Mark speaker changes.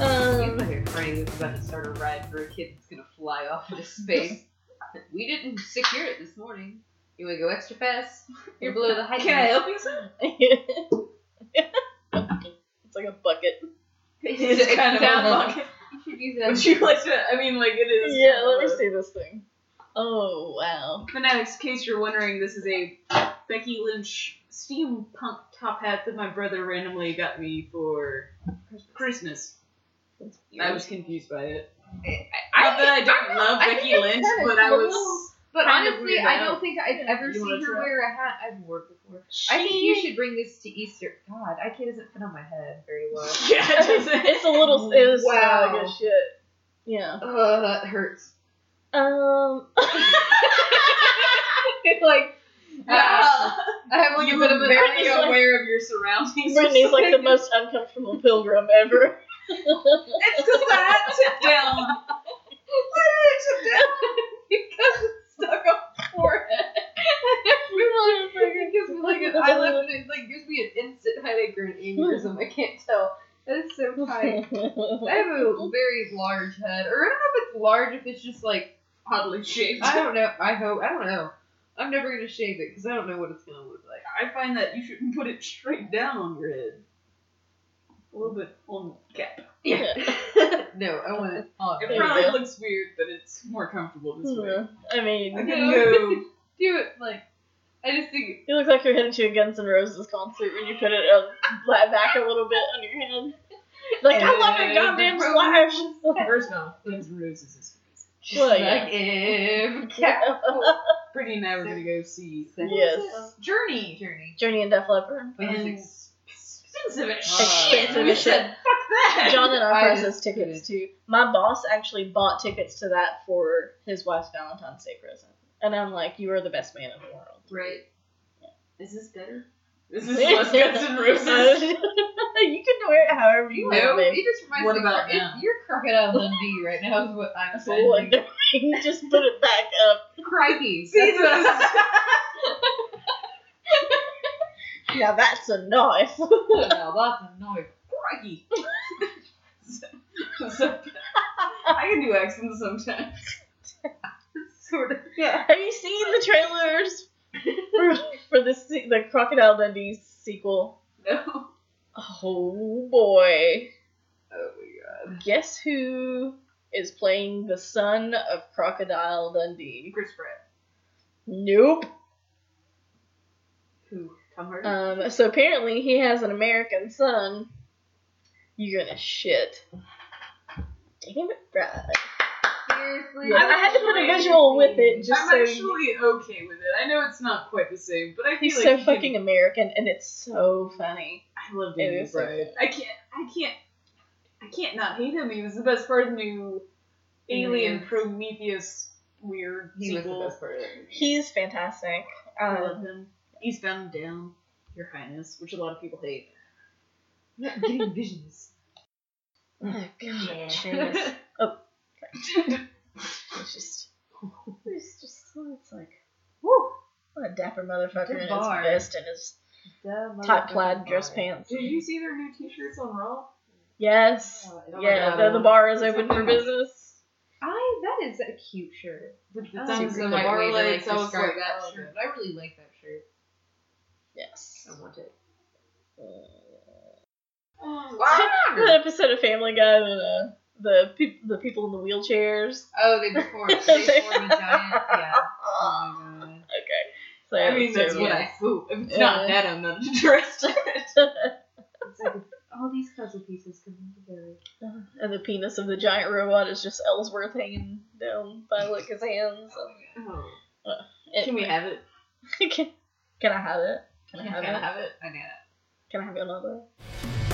Speaker 1: Um,
Speaker 2: bad for a kid that's gonna fly off into space. we didn't secure it this morning. You wanna go extra fast? You're below the height.
Speaker 3: Can I help you, sir?
Speaker 1: it's like a bucket.
Speaker 3: It's
Speaker 2: It's
Speaker 3: kind of
Speaker 2: down
Speaker 3: a
Speaker 2: low.
Speaker 3: bucket.
Speaker 2: You should use that.
Speaker 3: Would you like to? I mean, like it is.
Speaker 1: Yeah, let me see this thing. Oh wow.
Speaker 3: But now, in case you're wondering, this is a Becky Lynch steampunk top hat that my brother randomly got me for Christmas. I was confused by it. Not that I don't
Speaker 2: I'm not-
Speaker 3: love
Speaker 2: I
Speaker 3: Becky
Speaker 2: think it's
Speaker 3: Lynch,
Speaker 2: kinda
Speaker 3: but I
Speaker 2: cool.
Speaker 3: was.
Speaker 2: But
Speaker 3: kind of
Speaker 2: honestly,
Speaker 3: weirded
Speaker 2: I
Speaker 3: out.
Speaker 2: don't think I've ever
Speaker 3: You
Speaker 2: seen
Speaker 3: wanna
Speaker 2: her
Speaker 3: try?
Speaker 2: wear a hat I've worn before. I think you
Speaker 3: She-
Speaker 2: should bring this to Easter. God, I kid doesn't fit on my head very well.
Speaker 3: Yeah, it doesn't-
Speaker 1: It's a little. It was
Speaker 2: Wow.
Speaker 1: wow. as shit. Yeah.
Speaker 2: Ugh, that hurts.
Speaker 1: Um.
Speaker 2: like,
Speaker 3: Ah.
Speaker 2: I have like
Speaker 3: you
Speaker 2: a bit
Speaker 3: were
Speaker 2: of an
Speaker 3: very
Speaker 2: audio.
Speaker 3: aware of your surroundings.
Speaker 1: Brittany's like the most uncomfortable pilgrim ever.
Speaker 3: It's because the hat tipped down.
Speaker 2: because it's stuck on my forehead. it gives me like an I live it like gives me an instant headache or an aneurysm. I can't tell. That is so tight. I have a very large head, or I don't know if it's large. If it's just like
Speaker 3: Oddly shaped.
Speaker 2: I don't know. I hope I don't know. I'm never gonna shave it because I don't know what it's gonna look like.
Speaker 3: I find that you shouldn't put it straight down on your head. A little bit on the cap.
Speaker 2: no, I want it on.
Speaker 3: It
Speaker 1: There you
Speaker 3: probably
Speaker 1: go.
Speaker 3: looks weird, but it's more comfortable this way.
Speaker 1: Hmm, I mean,
Speaker 3: I
Speaker 2: Okay.
Speaker 3: can go.
Speaker 2: Do it like I just think
Speaker 1: you look like you're heading to a Guns N' Roses concert when you put it up, flat back a little bit on your head. Like I love it, goddamn slash.
Speaker 3: First of all, Guns N' Roses is crazy.
Speaker 2: just eh,
Speaker 1: Well,
Speaker 2: like
Speaker 1: yeah.
Speaker 2: him. Cat-
Speaker 3: Brittany and I were gonna go see
Speaker 1: Yes.
Speaker 3: Journey.
Speaker 2: Journey.
Speaker 1: Journey and Def Leppard.
Speaker 3: And
Speaker 2: And
Speaker 3: expensive as
Speaker 2: Oh.
Speaker 3: shit.
Speaker 1: Expensive
Speaker 3: we
Speaker 1: as
Speaker 3: said, fuck that.
Speaker 1: John and I
Speaker 2: I
Speaker 1: purchased
Speaker 2: just-
Speaker 1: tickets too. My boss actually bought tickets to that for his wife's Valentine's Day present, and I'm like, you are the best man in the world.
Speaker 2: right.
Speaker 3: Is this better? This is less Guns N' Roses.
Speaker 1: you can wear it however you
Speaker 2: You
Speaker 1: want,
Speaker 2: know,
Speaker 1: babe.
Speaker 2: it just reminds
Speaker 3: What
Speaker 2: me.
Speaker 3: about
Speaker 2: it-
Speaker 3: now?
Speaker 2: You're crocodile Dundee right now is what I'm
Speaker 1: That's
Speaker 2: saying.
Speaker 1: all I'm doing. Just put it back up.
Speaker 2: Crikey.
Speaker 3: See,
Speaker 2: that's what I
Speaker 1: Now that's a knife.
Speaker 2: was- now that's annoying.
Speaker 3: Crikey. so, so, I can do accents sometimes.
Speaker 2: Sort of.
Speaker 1: Yeah. Have you seen the trailers for, for the se- the Crocodile Dundee sequel?
Speaker 3: No.
Speaker 1: Oh boy!
Speaker 2: Oh my
Speaker 1: Guess who is playing the son of Crocodile Dundee?
Speaker 3: Chris Pratt.
Speaker 1: Nope.
Speaker 3: Who? Tom Hardy.
Speaker 1: Um. So apparently he has an American son. You're gonna shit. Damn it, Brad.
Speaker 2: god. Seriously.
Speaker 1: I, I had to put a visual with it just
Speaker 3: I'm
Speaker 1: so you-
Speaker 3: actually okay with it. I know it's not quite the same, but I feel
Speaker 1: he's
Speaker 3: like
Speaker 1: so
Speaker 3: he
Speaker 1: fucking
Speaker 3: Can,
Speaker 1: American and it's so funny.
Speaker 3: I love
Speaker 1: It
Speaker 3: Danny
Speaker 1: is so
Speaker 3: Brian. I can't. I can't. I can't not hate him. He was the best part of the new Alien
Speaker 2: Aliens.
Speaker 3: Prometheus weird
Speaker 2: He was
Speaker 3: sequel.
Speaker 2: the best part of it.
Speaker 1: He's fantastic.
Speaker 3: I love
Speaker 1: Um,
Speaker 3: him. Eastbound and Down, Your Highness, which a lot of people hate.
Speaker 2: I'm getting visions.
Speaker 1: oh god, Seamus.
Speaker 2: Seamus.
Speaker 1: It's just, it's just, it's like,
Speaker 3: Woo!
Speaker 1: what a dapper motherfucker in his
Speaker 2: Bar.
Speaker 1: vest and his
Speaker 2: The
Speaker 1: tight plaid
Speaker 2: motherfucking
Speaker 1: dress
Speaker 2: bar.
Speaker 1: pants.
Speaker 3: Did you see their new T-shirts on Raw?
Speaker 1: Yes.
Speaker 3: Oh, my
Speaker 1: yeah,
Speaker 3: God.
Speaker 1: though the bar is
Speaker 3: It's
Speaker 1: open
Speaker 3: like-
Speaker 1: for business.
Speaker 2: I. That is a cute shirt.
Speaker 3: The, the
Speaker 2: I
Speaker 3: thumbs
Speaker 2: think
Speaker 3: and
Speaker 2: the right way
Speaker 3: the bar
Speaker 2: to,
Speaker 3: lights.
Speaker 2: like,
Speaker 3: I was
Speaker 2: describe
Speaker 3: like,
Speaker 2: that
Speaker 3: oh,
Speaker 2: shirt. I really like that shirt.
Speaker 1: Yes.
Speaker 2: I want it.
Speaker 1: Uh,
Speaker 3: oh,
Speaker 1: the episode of Family Guy when uh, the peop the people in the wheelchairs.
Speaker 2: Oh, they performed. They formed a giant. Yeah. Oh my god.
Speaker 1: Okay. So
Speaker 3: I mean, that's
Speaker 1: so,
Speaker 3: what
Speaker 1: yeah.
Speaker 3: I hope. If it's not
Speaker 1: Yeah.
Speaker 3: that, I'm not interested.
Speaker 2: It's like all these puzzle pieces coming together.
Speaker 1: And the penis of the giant robot is just Ellsworth hanging down by like his hands.
Speaker 3: Oh. Can
Speaker 1: Anyway.
Speaker 3: we have it?
Speaker 1: can, can I have it? Can I have
Speaker 3: Can I
Speaker 1: it?
Speaker 3: have it?
Speaker 2: I know.
Speaker 1: Can I have another?